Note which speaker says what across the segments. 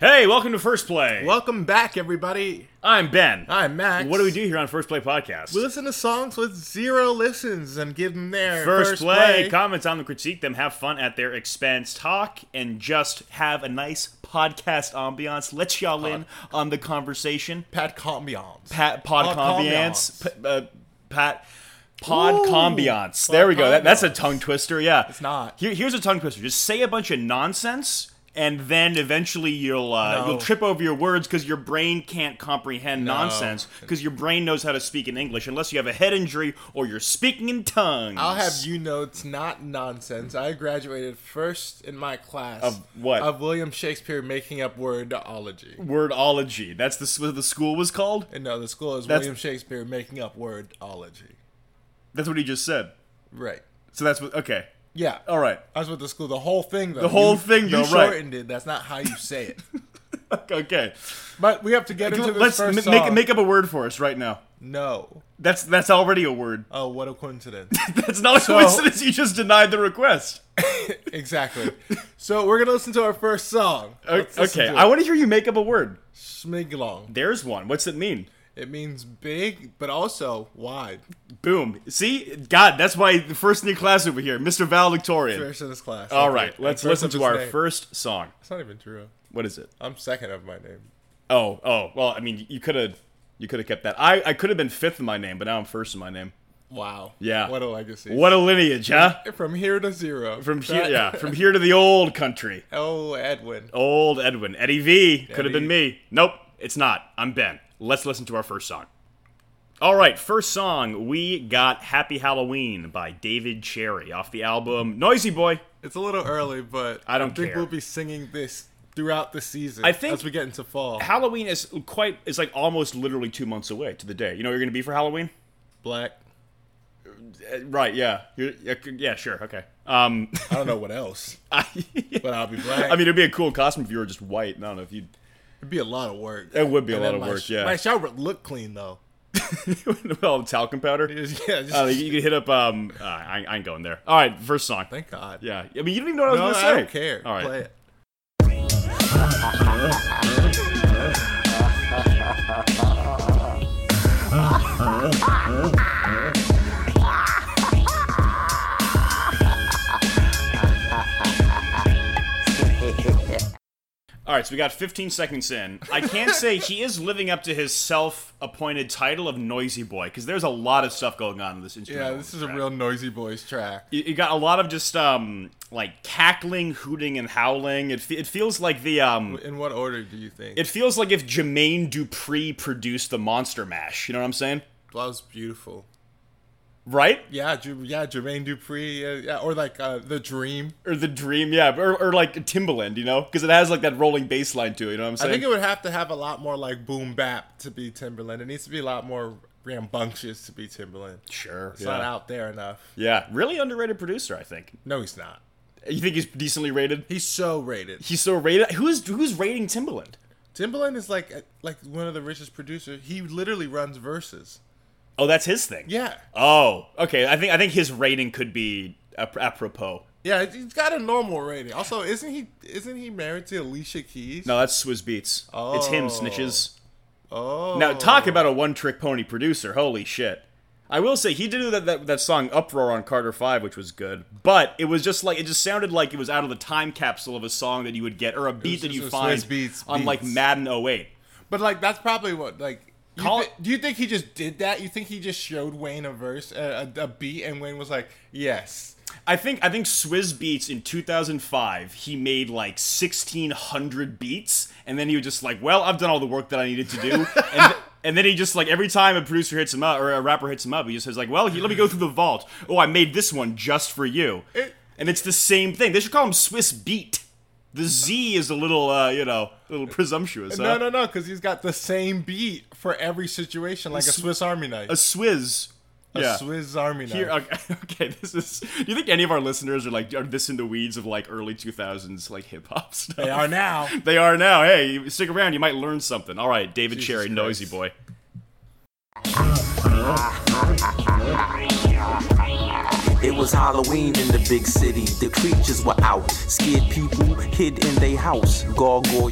Speaker 1: Hey, welcome to First Play.
Speaker 2: Welcome back, everybody.
Speaker 1: I'm Ben.
Speaker 2: I'm Max.
Speaker 1: What do we do here on First Play Podcast?
Speaker 2: We listen to songs with zero listens and give them their
Speaker 1: First, play, comments on them, critique them, have fun at their expense, talk, and just have a nice podcast ambiance. Let y'all in on the conversation.
Speaker 2: Pat Combiams.
Speaker 1: Pat
Speaker 2: Pod
Speaker 1: pod
Speaker 2: combiance.
Speaker 1: combiance. P- uh, Pat pod
Speaker 2: Ooh,
Speaker 1: combiance.
Speaker 2: pod
Speaker 1: There we go. That, that's a
Speaker 2: combiance.
Speaker 1: tongue twister. Yeah, it's
Speaker 2: not.
Speaker 1: Here, here's a tongue twister. Just say a bunch of nonsense. And then eventually you'll uh,
Speaker 2: No.
Speaker 1: you'll trip over your words because your brain can't comprehend nonsense because your brain knows how to speak in English unless you have a head injury or you're speaking in tongues.
Speaker 2: I'll have you know it's not nonsense. I graduated first in my class
Speaker 1: Of what?
Speaker 2: Of William Shakespeare making up wordology.
Speaker 1: wordology. That's the s- what the school was called.
Speaker 2: And no, the school is
Speaker 1: That's-
Speaker 2: William Shakespeare making up wordology.
Speaker 1: That's what he just said.
Speaker 2: Right.
Speaker 1: So that's what. Okay.
Speaker 2: Yeah.
Speaker 1: All right.
Speaker 2: That's what the school. The whole thing, though.
Speaker 1: The whole
Speaker 2: You-
Speaker 1: thing, though,
Speaker 2: You
Speaker 1: right.
Speaker 2: shortened it. That's not how you say it.
Speaker 1: Okay.
Speaker 2: but we have to get into this
Speaker 1: Let's
Speaker 2: first
Speaker 1: m- make
Speaker 2: song.
Speaker 1: make up a word for us right now.
Speaker 2: no.
Speaker 1: That's that's already a word.
Speaker 2: Oh, what a coincidence.
Speaker 1: That's not a coincidence. You just denied the request.
Speaker 2: Exactly. so we're gonna listen to our first song.
Speaker 1: O- okay, I want to hear you make up a word.
Speaker 2: Schmiglong.
Speaker 1: There's one. What's it mean?
Speaker 2: It means big, but also wide.
Speaker 1: Boom. See, God, that's why the first in your class over here, Mr. Valedictorian.
Speaker 2: First in this class.
Speaker 1: All
Speaker 2: Okay.
Speaker 1: right, let's
Speaker 2: And first
Speaker 1: listen
Speaker 2: of
Speaker 1: to
Speaker 2: his
Speaker 1: our
Speaker 2: name.
Speaker 1: first song.
Speaker 2: It's not even true.
Speaker 1: What is it?
Speaker 2: I'm second of my name.
Speaker 1: Oh, oh. Well, I mean, you could have, you could have kept that. I, I could have been fifth in my name, but now I'm first in my name.
Speaker 2: Wow.
Speaker 1: Yeah.
Speaker 2: What a legacy.
Speaker 1: What a lineage, huh?
Speaker 2: From here to zero.
Speaker 1: From here,
Speaker 2: That-
Speaker 1: yeah, from here to the old country.
Speaker 2: oh, Edwin.
Speaker 1: Old Edwin, Eddie V. Could have been
Speaker 2: Eddie.
Speaker 1: me. Nope, it's not. I'm Ben. Let's listen to our first song. All right, first song we got "Happy Halloween" by David Cherry off the album "Noisy Boy."
Speaker 2: It's a little early, but
Speaker 1: I don't
Speaker 2: think
Speaker 1: care.
Speaker 2: we'll be singing this throughout the season.
Speaker 1: I think-
Speaker 2: as we get into fall.
Speaker 1: Halloween is quite is like almost literally two months away to the day. You know what you're gonna be for Halloween?
Speaker 2: Black.
Speaker 1: Uh, right? Yeah. You're, yeah, c- yeah. Sure. Okay. Um,
Speaker 2: I don't know what else,
Speaker 1: I,
Speaker 2: but I'll be black.
Speaker 1: I mean, it'd be a cool costume if you were just white. I don't know if you.
Speaker 2: it'd be a lot of work.
Speaker 1: It would be a
Speaker 2: And
Speaker 1: lot
Speaker 2: then
Speaker 1: of
Speaker 2: my
Speaker 1: work.
Speaker 2: sh-
Speaker 1: yeah.
Speaker 2: My shower would look clean though.
Speaker 1: well, talcum powder.
Speaker 2: It is- yeah. Just,
Speaker 1: Uh, you could hit up. Um, uh, I, I ain't going there. All right, first song.
Speaker 2: thank God.
Speaker 1: Yeah, I mean, you don't even know what I
Speaker 2: No,
Speaker 1: was
Speaker 2: I
Speaker 1: gonna say.
Speaker 2: don't care.
Speaker 1: All right,
Speaker 2: Play it.
Speaker 1: all right. So we got 15 seconds in. I can't say he is living up to his self-appointed title of noisy boy because there's a lot of stuff going on in this instrument.
Speaker 2: Yeah, this is a real noisy boys track.
Speaker 1: You, you got a lot of just um like cackling, hooting, and howling. It fe- it feels like the um.
Speaker 2: In what order do you think?
Speaker 1: It feels like if Jermaine Dupree produced the Monster Mash. You know what I'm saying?
Speaker 2: that was beautiful.
Speaker 1: Right?
Speaker 2: Yeah, Ju- yeah, Jermaine Dupri, uh, yeah, or like uh, the Dream.
Speaker 1: Or the Dream? Yeah. Or, or like Timbaland. You know? Because it has like that rolling bass line to it. You know what I'm
Speaker 2: I
Speaker 1: saying?
Speaker 2: think it would have to have a lot more like boom bap to be Timberland. It needs to be a lot more rambunctious to be Timberland. It's
Speaker 1: sure. yeah.
Speaker 2: not out there enough.
Speaker 1: Yeah, really underrated producer, I think.
Speaker 2: No, he's not.
Speaker 1: You think he's decently rated?
Speaker 2: He's so rated.
Speaker 1: He's so rated. Who's who's rating Timbaland?
Speaker 2: Timberland is like uh, like one of the richest producers. He literally runs verses.
Speaker 1: Oh, that's his thing.
Speaker 2: Yeah,
Speaker 1: Oh, okay. I think I think his rating could be ap- apropos.
Speaker 2: yeah, he's got a normal rating. Also, isn't he isn't he married to Alicia Keys?
Speaker 1: No, that's Swizz Beats. It's him,
Speaker 2: Oh.
Speaker 1: snitches.
Speaker 2: Oh,
Speaker 1: Now talk about a one-trick pony producer. Holy shit. I will say he did do that, that that song Uproar on Carter 5 which was good, but it was just like it just sounded like it was out of the time capsule of a song that you would get or a beat that
Speaker 2: just
Speaker 1: you
Speaker 2: a Swizz
Speaker 1: find
Speaker 2: Beatz
Speaker 1: on like
Speaker 2: beats.
Speaker 1: Madden 08.
Speaker 2: But like that's probably what like. You
Speaker 1: Call-
Speaker 2: thi- do you think he just did that? You think he just showed Wayne a verse, a, a, a beat, and Wayne was like, "Yes."
Speaker 1: I think I think Swizz Beats in 2005 he made like 1600 beats and then he was just like well I've done all the work that I needed to do and, th- and then he just like every time a producer hits him up or a rapper hits him up he just says like well he, let me go through the vault oh I made this one just for you
Speaker 2: It-
Speaker 1: and it's the same thing they should call him Swiss Beat the Z is a little uh, you know a little presumptuous huh?
Speaker 2: No, no, no, because he's got the same beat for every situation, like a
Speaker 1: Sw-
Speaker 2: Swiss Army knife,
Speaker 1: a
Speaker 2: a,
Speaker 1: Swizz yeah.
Speaker 2: Swiss Army knife.
Speaker 1: Here, uh, okay, okay, this is. Do you think any of our listeners are like are this in the weeds of like early two thousands like hip hop stuff?
Speaker 2: they are now.
Speaker 1: They are now. Hey, you stick around. You might learn something. All right, David
Speaker 2: Jesus
Speaker 1: Cherry,
Speaker 2: Christ.
Speaker 1: noisy boy.
Speaker 3: It was Halloween in the big city. The creatures were out. Scared people hid in their house. Gargoyle.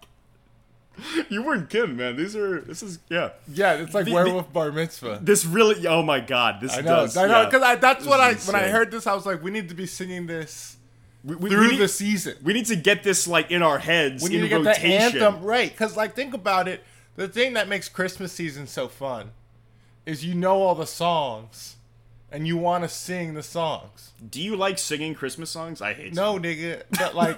Speaker 1: you weren't Kim, man. These are this is yeah.
Speaker 2: Yeah, it's like
Speaker 1: The- the-
Speaker 2: werewolf bar mitzvah.
Speaker 1: This really. Oh my god, this
Speaker 2: I know,
Speaker 1: does.
Speaker 2: I know,
Speaker 1: yeah.
Speaker 2: because that's
Speaker 1: This
Speaker 2: what I
Speaker 1: is
Speaker 2: when I
Speaker 1: insane.
Speaker 2: heard this, I was like, we need to be singing this
Speaker 1: we, we,
Speaker 2: through
Speaker 1: we need,
Speaker 2: the season.
Speaker 1: we need to get this like in our heads
Speaker 2: We need
Speaker 1: in
Speaker 2: to get
Speaker 1: rotation.
Speaker 2: the anthem right. Because, like, think about it. The thing that makes Christmas season so fun is you know all the songs and you want to sing the songs.
Speaker 1: Do you like singing Christmas songs? I hate.
Speaker 2: No, nigga. But, like,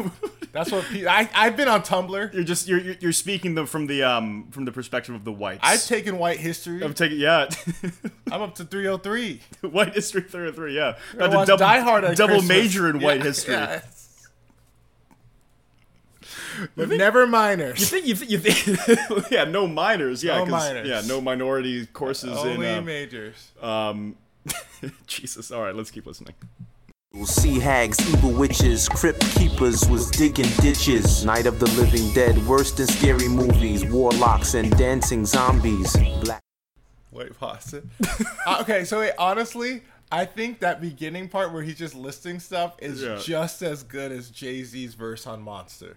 Speaker 2: that's what pe- I, I've been on Tumblr.
Speaker 1: you're just you're you're- you're speaking them from the um from the perspective of the whites.
Speaker 2: I've taken white history.
Speaker 1: I'm taking yeah,
Speaker 2: I'm up to 303.
Speaker 1: white history three or three. Yeah,
Speaker 2: I
Speaker 1: About to
Speaker 2: watched
Speaker 1: double,
Speaker 2: Die Hard at
Speaker 1: double
Speaker 2: Christmas.
Speaker 1: major in
Speaker 2: Yeah,
Speaker 1: white history.
Speaker 2: yes. But never minors.
Speaker 1: You think you think, you think yeah, no minors, yeah,
Speaker 2: No
Speaker 1: 'cause-
Speaker 2: minors. Oh,
Speaker 1: yeah, no minority courses
Speaker 2: Only
Speaker 1: in uh, um,
Speaker 2: majors.
Speaker 1: Jesus. All right, let's keep listening.
Speaker 3: Sea hags, evil witches, crypt keepers was digging ditches. Night of the living dead, worse than scary movies, warlocks and dancing zombies. Black.
Speaker 2: Wait, pause it. Uh, okay, so wait, honestly, I think that beginning part where he's just listing stuff is
Speaker 1: Yeah.
Speaker 2: just as good as Jay Z's verse on Monster.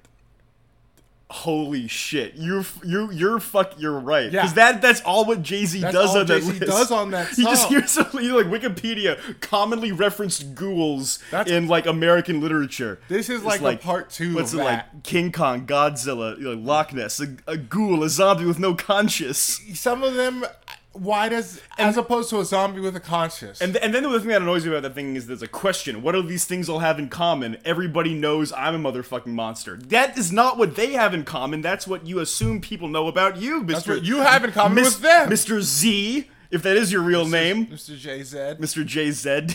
Speaker 1: Holy shit, you're f- you you're fuck, you're right.
Speaker 2: Yeah.
Speaker 1: Because that that's all what Jay Z
Speaker 2: That's
Speaker 1: does
Speaker 2: all
Speaker 1: on that
Speaker 2: Jay-Z
Speaker 1: list.
Speaker 2: does on that
Speaker 1: He just
Speaker 2: song.
Speaker 1: hears something like Wikipedia commonly referenced ghouls
Speaker 2: That's-
Speaker 1: in like American literature.
Speaker 2: This is
Speaker 1: It's
Speaker 2: like a part two
Speaker 1: What's
Speaker 2: of
Speaker 1: it
Speaker 2: that.
Speaker 1: like? King Kong, Godzilla, you know, Loch Ness, a, a ghoul, a zombie with no conscience.
Speaker 2: Some of them, why does as opposed to a zombie with a conscience?
Speaker 1: And, th- and then the other thing that annoys me about that thing is there's a question. What do these things all have in common? Everybody knows I'm a motherfucking monster. That is not what they have in common. That's what you assume people know about you, Mr.
Speaker 2: what you have in common
Speaker 1: Mis-
Speaker 2: with them.
Speaker 1: Mr. Z, if that is your real name.
Speaker 2: Mr. Jay Z,
Speaker 1: Mr. JZ.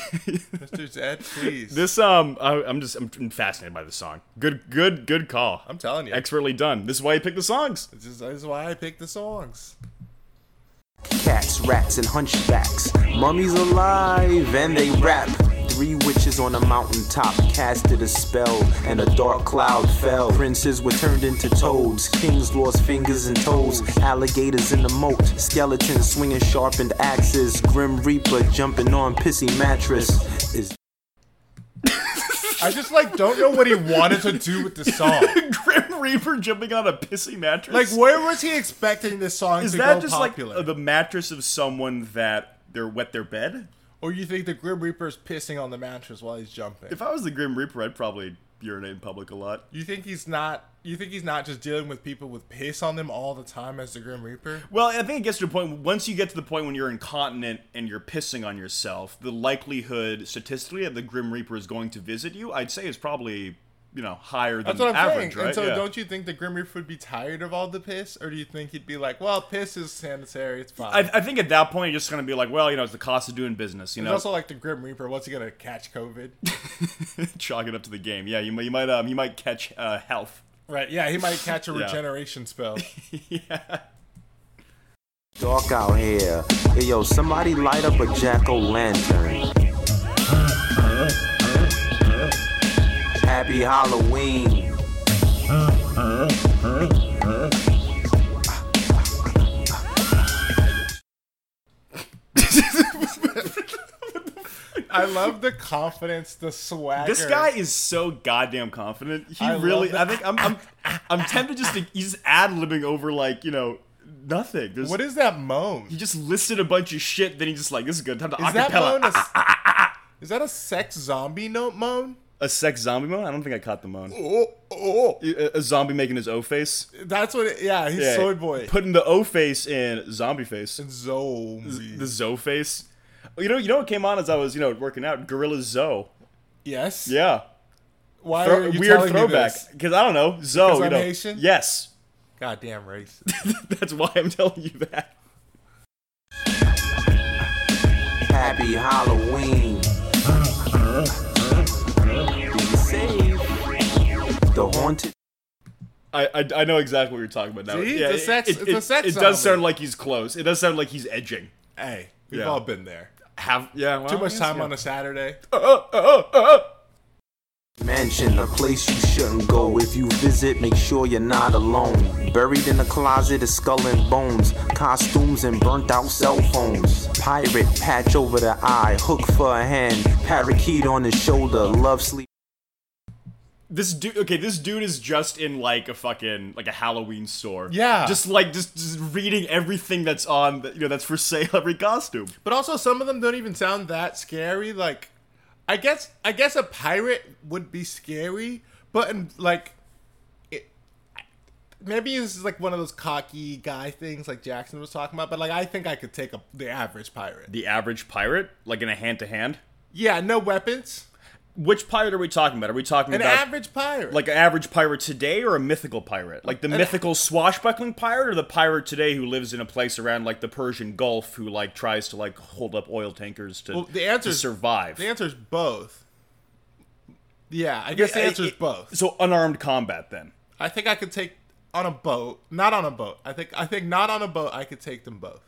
Speaker 2: Mr. Z, please.
Speaker 1: this um I, I'm just I'm fascinated by this song. Good good good call.
Speaker 2: I'm telling you,
Speaker 1: Expertly done. This is why you picked the songs.
Speaker 2: this is, this is why I picked the songs.
Speaker 3: cats, rats, and hunchbacks. Mummies alive, and they rap. Three witches on a mountaintop casted a spell, and a dark cloud fell. Princes were turned into toads, kings lost fingers and toes, alligators in the moat, skeletons swinging sharpened axes, grim reaper jumping on pissy mattress. Is
Speaker 2: I just like don't know what he wanted to do with the song.
Speaker 1: Grim Reaper jumping on a pissy mattress.
Speaker 2: Like, where was he expecting this song
Speaker 1: Is
Speaker 2: to
Speaker 1: that
Speaker 2: go
Speaker 1: just
Speaker 2: popular?
Speaker 1: like uh, the mattress of someone that they're wet their bed?
Speaker 2: or you think the Grim Reaper's pissing on the mattress while he's jumping?
Speaker 1: If I was the Grim Reaper, I'd probably urinate in public a lot.
Speaker 2: You think he's not? You think he's not just dealing with people with piss on them all the time as the Grim Reaper?
Speaker 1: Well, I think it gets to a point. Once you get to the point when you're incontinent and you're pissing on yourself, the likelihood statistically that the Grim Reaper is going to visit you, I'd say, is probably you know higher than
Speaker 2: That's what I'm
Speaker 1: average,
Speaker 2: saying.
Speaker 1: right?
Speaker 2: And so,
Speaker 1: Yeah.
Speaker 2: don't you think the Grim Reaper would be tired of all the piss, or do you think he'd be like, "Well, piss is sanitary, it's fine."
Speaker 1: I, I think at that point you're just gonna be like, well, you know, it's the cost of doing business. You
Speaker 2: It's
Speaker 1: know,
Speaker 2: also like the Grim Reaper. What's he gonna catch COVID?
Speaker 1: chalk it up to the game. Yeah, you might, you might, um, you might catch uh, health.
Speaker 2: right? Yeah, he might catch a
Speaker 1: Yeah.
Speaker 2: regeneration spell.
Speaker 3: dark out here. Hey, yo, somebody light up a jack o' lantern. Happy Halloween.
Speaker 2: I love the confidence, the swagger.
Speaker 1: This guy is so goddamn confident. He
Speaker 2: I love
Speaker 1: really.
Speaker 2: that.
Speaker 1: I think I'm. I'm, I'm tempted just to. He's ad libbing over like you know nothing. There's,
Speaker 2: What is that moan?
Speaker 1: he just listed a bunch of shit. Then he just like this is good time to
Speaker 2: Is that
Speaker 1: acapella. Ah,
Speaker 2: moan? A, is that a sex zombie note moan?
Speaker 1: a sex zombie moan? I don't think I caught the moan.
Speaker 2: Oh, oh.
Speaker 1: A, a zombie making his O face.
Speaker 2: That's what. It, yeah, he's
Speaker 1: Yeah.
Speaker 2: soy boy.
Speaker 1: Putting the O face in zombie face.
Speaker 2: Zombie.
Speaker 1: The Zo face. You know. You know what came on as I was you know working out. Gorilla Zo.
Speaker 2: yes.
Speaker 1: Yeah.
Speaker 2: Why
Speaker 1: Thro-
Speaker 2: are you
Speaker 1: weird
Speaker 2: telling
Speaker 1: throwback.
Speaker 2: me this?
Speaker 1: Because I don't know. Zo.
Speaker 2: Because
Speaker 1: you
Speaker 2: I'm
Speaker 1: know.
Speaker 2: Haitian?
Speaker 1: Yes.
Speaker 2: Goddamn race.
Speaker 1: That's why I'm telling you that.
Speaker 3: Happy Halloween. Be safe. The haunted.
Speaker 1: I, I, I know exactly what you're talking about now.
Speaker 2: See? It's a sex- it's a sex
Speaker 1: It does
Speaker 2: zombie.
Speaker 1: sound like he's close. It does sound like he's edging.
Speaker 2: hey, we've
Speaker 1: Yeah.
Speaker 2: all been there.
Speaker 1: Have yeah. Well,
Speaker 2: Too much time on a Saturday.
Speaker 1: uh,
Speaker 3: Mansion, a place you shouldn't go. If you visit, make sure you're not alone. Buried in the closet is skull and bones, costumes and burnt out cell phones. Pirate patch over the eye, hook for a hand, parakeet on his shoulder, love sleep.
Speaker 1: this dude okay this dude is just in like a fucking like a halloween store
Speaker 2: Yeah.
Speaker 1: just like just, just reading everything that's on the, you know that's for sale every costume
Speaker 2: But also, some of them don't even sound that scary. Like, I guess I guess a pirate would be scary, but in, like, it, maybe this is like one of those cocky guy things like Jackson was talking about. But like, I think I could take a, the average pirate.
Speaker 1: the average pirate like in a hand-to-hand
Speaker 2: Yeah, no weapons.
Speaker 1: which pirate are we talking about are we talking
Speaker 2: An
Speaker 1: about
Speaker 2: average pirate.
Speaker 1: like an average pirate today or a mythical pirate like the
Speaker 2: Uh,
Speaker 1: mythical swashbuckling pirate or the pirate today who lives in a place around like the persian gulf who like tries to like hold up oil tankers to,
Speaker 2: Well, the
Speaker 1: to
Speaker 2: answer's-
Speaker 1: survive
Speaker 2: the answer is both. Yeah, I guess the
Speaker 1: I-
Speaker 2: answer is
Speaker 1: I-
Speaker 2: both.
Speaker 1: so unarmed combat then
Speaker 2: I think I could take on a boat, not on a boat. I think I think not on a boat. I could take them both.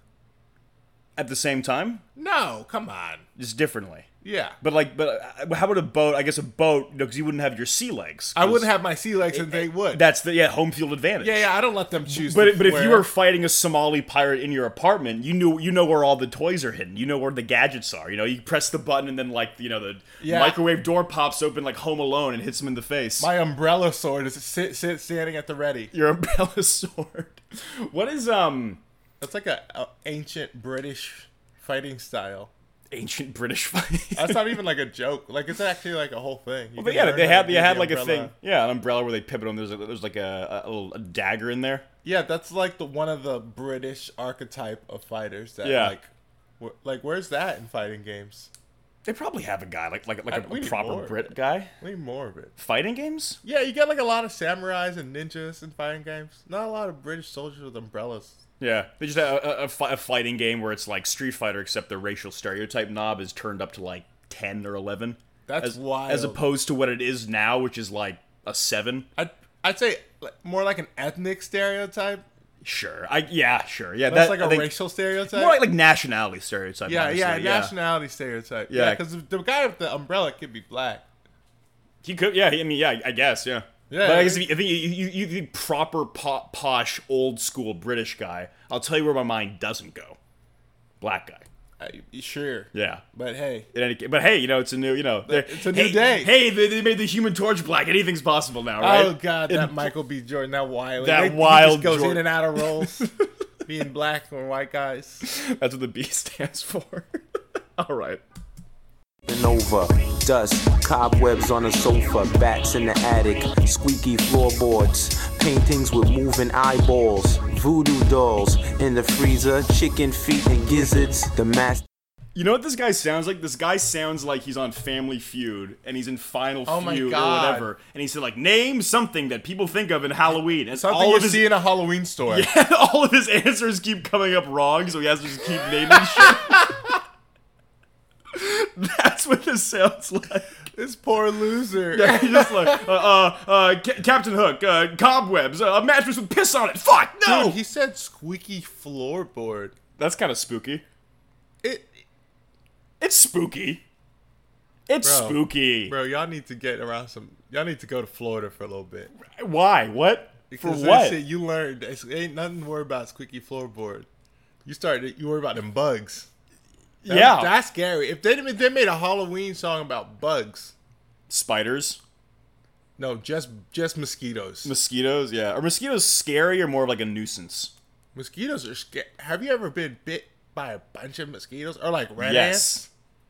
Speaker 1: at the same time
Speaker 2: No, come on.
Speaker 1: just differently
Speaker 2: Yeah.
Speaker 1: But like, but uh, how about a boat? I guess a boat, because you wouldn't have your sea legs.
Speaker 2: I wouldn't have my sea legs and they would.
Speaker 1: That's the yeah home field advantage.
Speaker 2: yeah, yeah, I don't let them choose.
Speaker 1: But but if you
Speaker 2: where-
Speaker 1: were fighting a Somali pirate in your apartment, you knew you know where all the toys are hidden. You know where the gadgets are. You know you press the button and then like you know the
Speaker 2: Yeah.
Speaker 1: microwave door pops open like Home Alone and hits him in the face.
Speaker 2: my umbrella sword is sit, sit standing at the ready.
Speaker 1: your umbrella sword. What is um
Speaker 2: That's like a, a ancient British fighting style.
Speaker 1: ancient British fight?
Speaker 2: That's not even like a joke. Like it's actually like a whole thing. You
Speaker 1: But
Speaker 2: can
Speaker 1: yeah,
Speaker 2: learn
Speaker 1: they
Speaker 2: how
Speaker 1: had
Speaker 2: to
Speaker 1: they
Speaker 2: use
Speaker 1: had
Speaker 2: the
Speaker 1: like a
Speaker 2: umbrella.
Speaker 1: thing, yeah, an umbrella where they pivot on. There's a, there's like a, a little dagger in there.
Speaker 2: Yeah, that's like the one of the British archetype of fighters. That
Speaker 1: Yeah.
Speaker 2: like, wh- like where's that in fighting games?
Speaker 1: They probably have a guy like like like
Speaker 2: I-
Speaker 1: a,
Speaker 2: we
Speaker 1: a
Speaker 2: need
Speaker 1: proper
Speaker 2: more.
Speaker 1: Brit guy.
Speaker 2: We need more of it.
Speaker 1: Fighting games?
Speaker 2: Yeah, you get like a lot of samurais and ninjas in fighting games. Not a lot of British soldiers with umbrellas.
Speaker 1: Yeah, they just have a, a, a, fi- a fighting game where it's like Street Fighter, except the racial stereotype knob is turned up to like ten or eleven.
Speaker 2: That's
Speaker 1: as,
Speaker 2: wild.
Speaker 1: As opposed to what it is now, which is like a seven.
Speaker 2: I'd, I'd say like, more like an ethnic stereotype.
Speaker 1: Sure, I yeah, sure, yeah. that-
Speaker 2: That's like a
Speaker 1: I think-
Speaker 2: racial stereotype.
Speaker 1: more like, like nationality stereotype.
Speaker 2: yeah,
Speaker 1: honestly,
Speaker 2: yeah, nationality stereotype.
Speaker 1: Yeah.
Speaker 2: Yeah, because the guy with the umbrella could be black.
Speaker 1: He could, yeah. he- I mean, yeah, I guess, yeah.
Speaker 2: Yeah.
Speaker 1: But I guess if you, if you, you, you the proper po- posh, old school British guy, I'll tell you where my mind doesn't go. Black guy.
Speaker 2: I, sure.
Speaker 1: Yeah.
Speaker 2: But hey,
Speaker 1: In any case, but hey, you know, it's a new, you know, they're-
Speaker 2: It's a new
Speaker 1: hey-
Speaker 2: day.
Speaker 1: Hey, they, they made the Human Torch black. Anything's possible now, right?
Speaker 2: oh god, that
Speaker 1: And-
Speaker 2: Michael B. Jordan, that wild,
Speaker 1: That
Speaker 2: he just
Speaker 1: wild
Speaker 2: goes
Speaker 1: Jordan.
Speaker 2: in and out of roles, being black and white guys.
Speaker 1: That's what the B stands for. All right.
Speaker 3: and over. Dust, cobwebs on the sofa, bats in the attic, squeaky floorboards, paintings with moving eyeballs, voodoo dolls in the freezer, chicken feet and gizzards. The master
Speaker 1: You know what this guy sounds like? This guy sounds like he's on Family Feud and he's in Final
Speaker 2: Oh my
Speaker 1: Feud
Speaker 2: God.
Speaker 1: or whatever. And he said like, name something that people think of in Halloween. And
Speaker 2: Something
Speaker 1: all
Speaker 2: you
Speaker 1: of his
Speaker 2: see in a Halloween store.
Speaker 1: all of his answers keep coming up wrong, so he has to just keep naming shit. That's what this sounds like.
Speaker 2: This poor loser.
Speaker 1: He's just like, uh, uh, uh, Ca- Captain Hook, uh, cobwebs, uh, a mattress with piss on it. Fuck, no!
Speaker 2: Dude, he said squeaky floorboard.
Speaker 1: That's kind of spooky.
Speaker 2: It,
Speaker 1: It's spooky. It's
Speaker 2: Bro.
Speaker 1: spooky.
Speaker 2: bro, y'all need to get around some. Y'all need to go to Florida for a little bit.
Speaker 1: Why? What?
Speaker 2: Because
Speaker 1: For
Speaker 2: they
Speaker 1: what?
Speaker 2: say you learned it's, ain't nothing to worry about squeaky floorboard. You started you worry about them bugs. That-
Speaker 1: yeah.
Speaker 2: that's scary. If they if they made a Halloween song about bugs,
Speaker 1: Spiders,
Speaker 2: no, just just mosquitoes.
Speaker 1: mosquitoes, yeah. Are mosquitoes scary or more of like a nuisance?
Speaker 2: mosquitoes are scary. Have you ever been bit by a bunch of mosquitoes or like red ants?
Speaker 1: yes.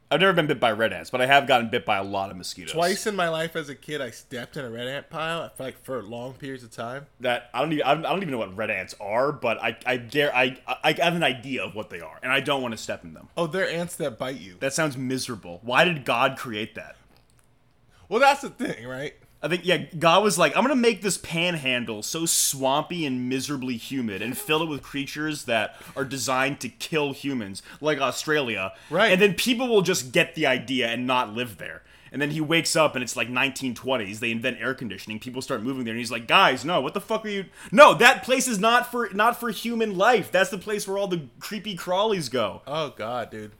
Speaker 1: I've never been bit by red ants, but I have gotten bit by a lot of mosquitoes.
Speaker 2: Twice in my life as a kid, I stepped in a red ant pile for like for long periods of time.
Speaker 1: that I don't even I don't I don't even know what red ants are, but I I dare I I I have an idea of what they are, and I don't want to step in them.
Speaker 2: Oh, they're ants that bite you.
Speaker 1: That sounds miserable. Why did God create that?
Speaker 2: Well, that's the thing, right?
Speaker 1: I think yeah, God was like, I'm gonna make this panhandle so swampy and miserably humid, and fill it with creatures that are designed to kill humans, like Australia.
Speaker 2: Right.
Speaker 1: And then people will just get the idea and not live there. And then he wakes up and it's like 1920s. They invent air conditioning. People start moving there, and he's like, "Guys, no, what the fuck are you? No, that place is not for not for human life. That's the place where all the creepy crawlies go."
Speaker 2: Oh God, dude.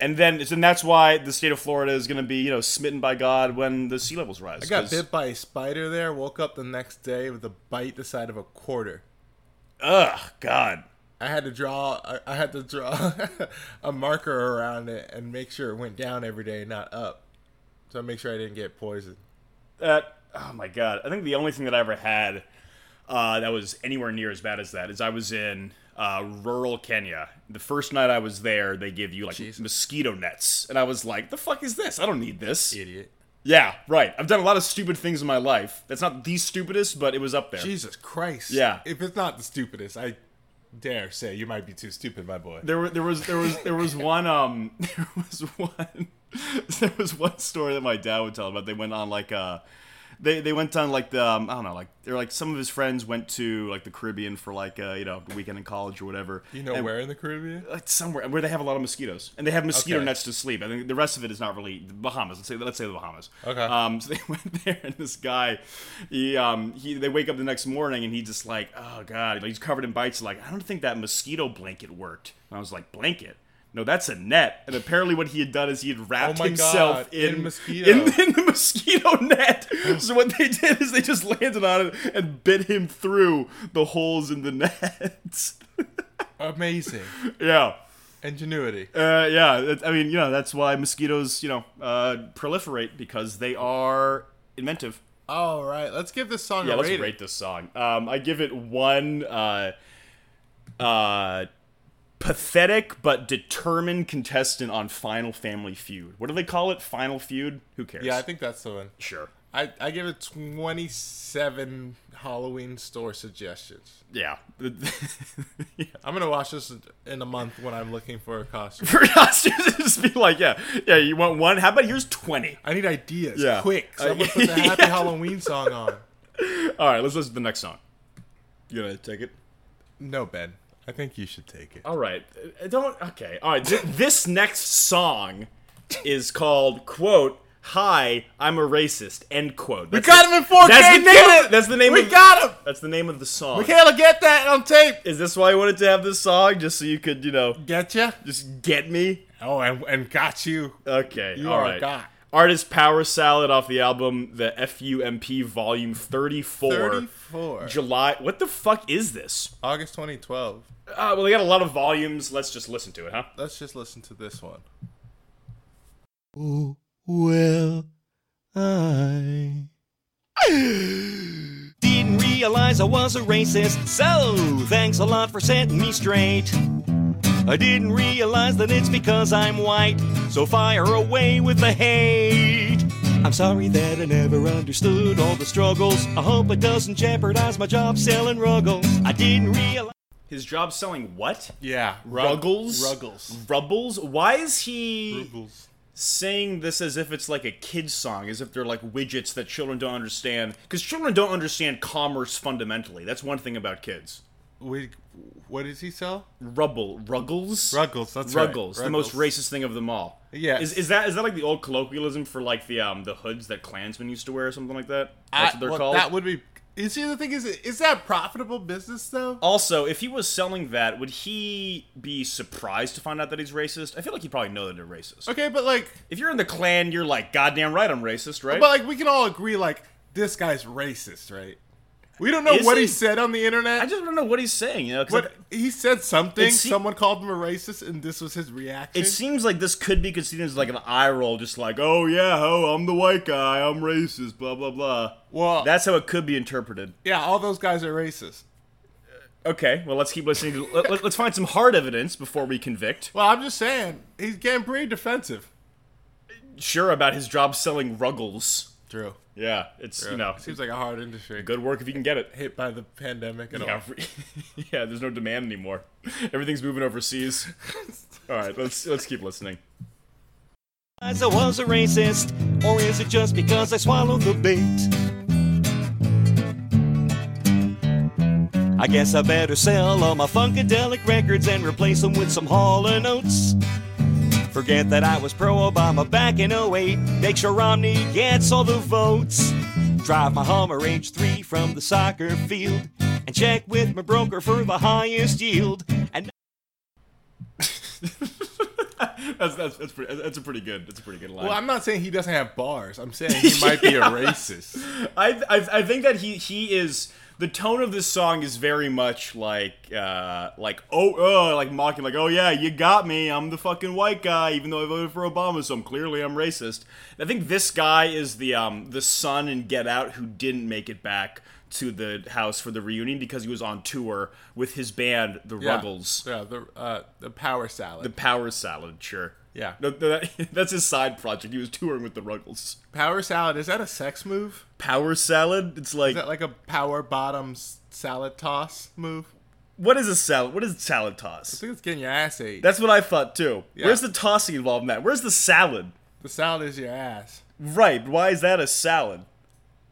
Speaker 1: And then, and that's why the state of Florida is gonna be, you know, smitten by God when the sea levels rise.
Speaker 2: I got
Speaker 1: 'cause-
Speaker 2: bit by a spider there. Woke up the next day with a bite the size of a quarter.
Speaker 1: Ugh, God.
Speaker 2: I had to draw. I, I had to draw a marker around it and make sure it went down every day, not up. So I make sure I didn't get poisoned.
Speaker 1: that oh my god, I think the only thing that I ever had uh, that was anywhere near as bad as that is I was in uh, rural Kenya. The first night I was there, they give you like
Speaker 2: Jesus.
Speaker 1: mosquito nets, and I was like, "The fuck is this? I don't need this."
Speaker 2: Idiot.
Speaker 1: Yeah, right. I've done a lot of stupid things in my life. That's not the stupidest, but it was up there.
Speaker 2: Jesus Christ.
Speaker 1: Yeah.
Speaker 2: If it's not the stupidest, I dare say you might be too stupid, my boy.
Speaker 1: There, were- there was there was there was one um there was one there was one story that my dad would tell about. They went on like uh they they went on like the um, I don't know like they're like some of his friends went to like the Caribbean for like uh you know a weekend in college or whatever.
Speaker 2: You know
Speaker 1: and,
Speaker 2: where in the Caribbean?
Speaker 1: Like somewhere where they have a lot of mosquitoes and they have mosquito
Speaker 2: Okay.
Speaker 1: nets to sleep. I think the rest of it is not really the Bahamas. Let's say let's say the Bahamas.
Speaker 2: Okay.
Speaker 1: Um, so they went there and this guy, he um he they wake up the next morning and he just like oh god like he's covered in bites. Like I don't think that mosquito blanket worked. And I was like blanket. No, that's a net. And apparently, what he had done is he had wrapped
Speaker 2: Oh my
Speaker 1: himself
Speaker 2: God,
Speaker 1: in,
Speaker 2: in mosquito.
Speaker 1: in in the mosquito net. So what they did is they just landed on it and bit him through the holes in the net.
Speaker 2: Amazing.
Speaker 1: yeah.
Speaker 2: Ingenuity.
Speaker 1: Uh, yeah, that- I mean, you know, that's why mosquitoes, you know, uh, proliferate because they are inventive.
Speaker 2: All right, let's give this song
Speaker 1: Yeah,
Speaker 2: a
Speaker 1: let's
Speaker 2: rating.
Speaker 1: rate this song. Um, I give it one uh, uh, pathetic but determined contestant on Final Family Feud. What do they call it? Final Feud? Who cares?
Speaker 2: Yeah, I think that's the one.
Speaker 1: sure.
Speaker 2: I, I give it 27 Halloween store suggestions.
Speaker 1: Yeah. yeah.
Speaker 2: I'm going to watch this in a month when I'm looking for a costume.
Speaker 1: For costumes, it'd just be like, yeah, yeah. You want one? How about here's twenty?
Speaker 2: I need ideas.
Speaker 1: Yeah.
Speaker 2: Quick.
Speaker 1: Uh,
Speaker 2: So I'm going to put the Happy Halloween song on.
Speaker 1: All right, let's listen to the next song. You gonna take it?
Speaker 2: No, Ben. I think you should take it.
Speaker 1: All right. Uh, Don't. Okay. All right. Th- this next song is called "quote Hi, I'm a racist." End quote. That's
Speaker 2: got
Speaker 1: the-
Speaker 2: him in 4K,
Speaker 1: That's the name.
Speaker 2: damn
Speaker 1: Of,
Speaker 2: it!
Speaker 1: that's the name.
Speaker 2: We
Speaker 1: of,
Speaker 2: got him!
Speaker 1: That's the name of the song.
Speaker 2: Michaela, get that on tape.
Speaker 1: Is this why you wanted to have this song, just so you could, you know,
Speaker 2: Getcha?
Speaker 1: just get me?
Speaker 2: Oh, and, and got you.
Speaker 1: Okay.
Speaker 2: You
Speaker 1: all
Speaker 2: are a
Speaker 1: right.
Speaker 2: god.
Speaker 1: Artist Power Salad off the album The FUMP Volume 34.
Speaker 2: 34.
Speaker 1: July. What the fuck is this?
Speaker 2: August 2012.
Speaker 1: Uh, well, they got a lot of volumes. Let's just listen to it, huh?
Speaker 2: Let's just listen to this one.
Speaker 4: Oh, well, I didn't realize I was a racist, so thanks a lot for setting me straight. I didn't realize that it's because I'm white, so fire away with the hate. I'm sorry that I never understood all the struggles. I hope it doesn't jeopardize my job selling ruggles. I didn't realize.
Speaker 1: His job selling what?
Speaker 2: Yeah. Rug-
Speaker 1: Ruggles?
Speaker 2: Ruggles.
Speaker 1: Rubbles? Why is he
Speaker 2: Ruggles.
Speaker 1: saying this as if it's like a kid's song, as if they're like widgets that children don't understand? Because children don't understand commerce fundamentally. That's one thing about kids.
Speaker 2: Wait, what does he sell?
Speaker 1: Rubble. Ruggles?
Speaker 2: Ruggles, that's right.
Speaker 1: Ruggles, the most
Speaker 2: Ruggles.
Speaker 1: racist thing of them all.
Speaker 2: Yes.
Speaker 1: Is, is that is that like the old colloquialism for like the um the hoods that Klansmen used to wear or something like that? That's what they're
Speaker 2: well,
Speaker 1: called.
Speaker 2: That would be. You see, the thing is, is that profitable business though?
Speaker 1: also, if he was selling that, would he be surprised to find out that he's racist? I feel like he'd probably know that they're racist.
Speaker 2: Okay, but like,
Speaker 1: If you're in the clan, you're like, goddamn right, I'm racist, right?
Speaker 2: but like, we can all agree, like, this guy's racist, right? We don't know
Speaker 1: Is
Speaker 2: what
Speaker 1: he?
Speaker 2: he said on the internet.
Speaker 1: I just don't know what he's saying. You know, 'cause
Speaker 2: but
Speaker 1: it-
Speaker 2: he said something.
Speaker 1: It se-
Speaker 2: someone called him a racist, and this was his reaction.
Speaker 1: it seems like this could be considered as like an eye roll, just like, oh yeah, oh I'm the white guy, I'm racist, blah blah blah.
Speaker 2: well,
Speaker 1: That's how it could be interpreted.
Speaker 2: yeah, all those guys are racist.
Speaker 1: Okay, well let's keep listening. To, let, let- let's find some hard evidence before we convict.
Speaker 2: Well, I'm just saying, he's getting pretty defensive.
Speaker 1: Sure about his job selling ruggles.
Speaker 2: True.
Speaker 1: Yeah, it's you know
Speaker 2: seems like a hard industry.
Speaker 1: good work if you can get it.
Speaker 2: Hit by the pandemic and
Speaker 1: Yeah,
Speaker 2: all.
Speaker 1: yeah, there's no demand anymore. Everything's moving overseas. All right, let's let's keep listening.
Speaker 4: realize I was a racist, or is it just because I swallowed the bait? I guess I better sell all my funkadelic records and replace them with some Hall & Oates. Forget that I was pro-Obama back in 08. Make sure Romney gets all the votes. Drive my Hummer H3 from the soccer field and check with my broker for the highest yield. And
Speaker 1: That's that's that's, pretty, that's a pretty good that's a pretty good line.
Speaker 2: Well, I'm not saying he doesn't have bars. I'm saying he might be a racist.
Speaker 1: I, I I think that he he is the tone of this song is very much like uh like oh uh, like mocking like oh yeah you got me I'm the fucking white guy even though I voted for Obama so I'm clearly I'm racist. I think this guy is the um the son in Get Out who didn't make it back to the house for the reunion because he was on tour with his band the
Speaker 2: Yeah.
Speaker 1: Ruggles.
Speaker 2: Yeah, the uh, the power salad.
Speaker 1: The Power Salad, sure.
Speaker 2: Yeah.
Speaker 1: No, no, that- that's his side project. He was touring with the Ruggles.
Speaker 2: power salad is that a sex move?
Speaker 1: Power Salad? It's like
Speaker 2: Is that like a power bottoms salad toss move?
Speaker 1: what is a salad? What is salad
Speaker 2: I
Speaker 1: toss?
Speaker 2: think it's getting your ass ate.
Speaker 1: That's what I thought too.
Speaker 2: Yeah.
Speaker 1: Where's the tossing involved in that? Where's the salad?
Speaker 2: the salad is your ass
Speaker 1: Right. Why is that a salad?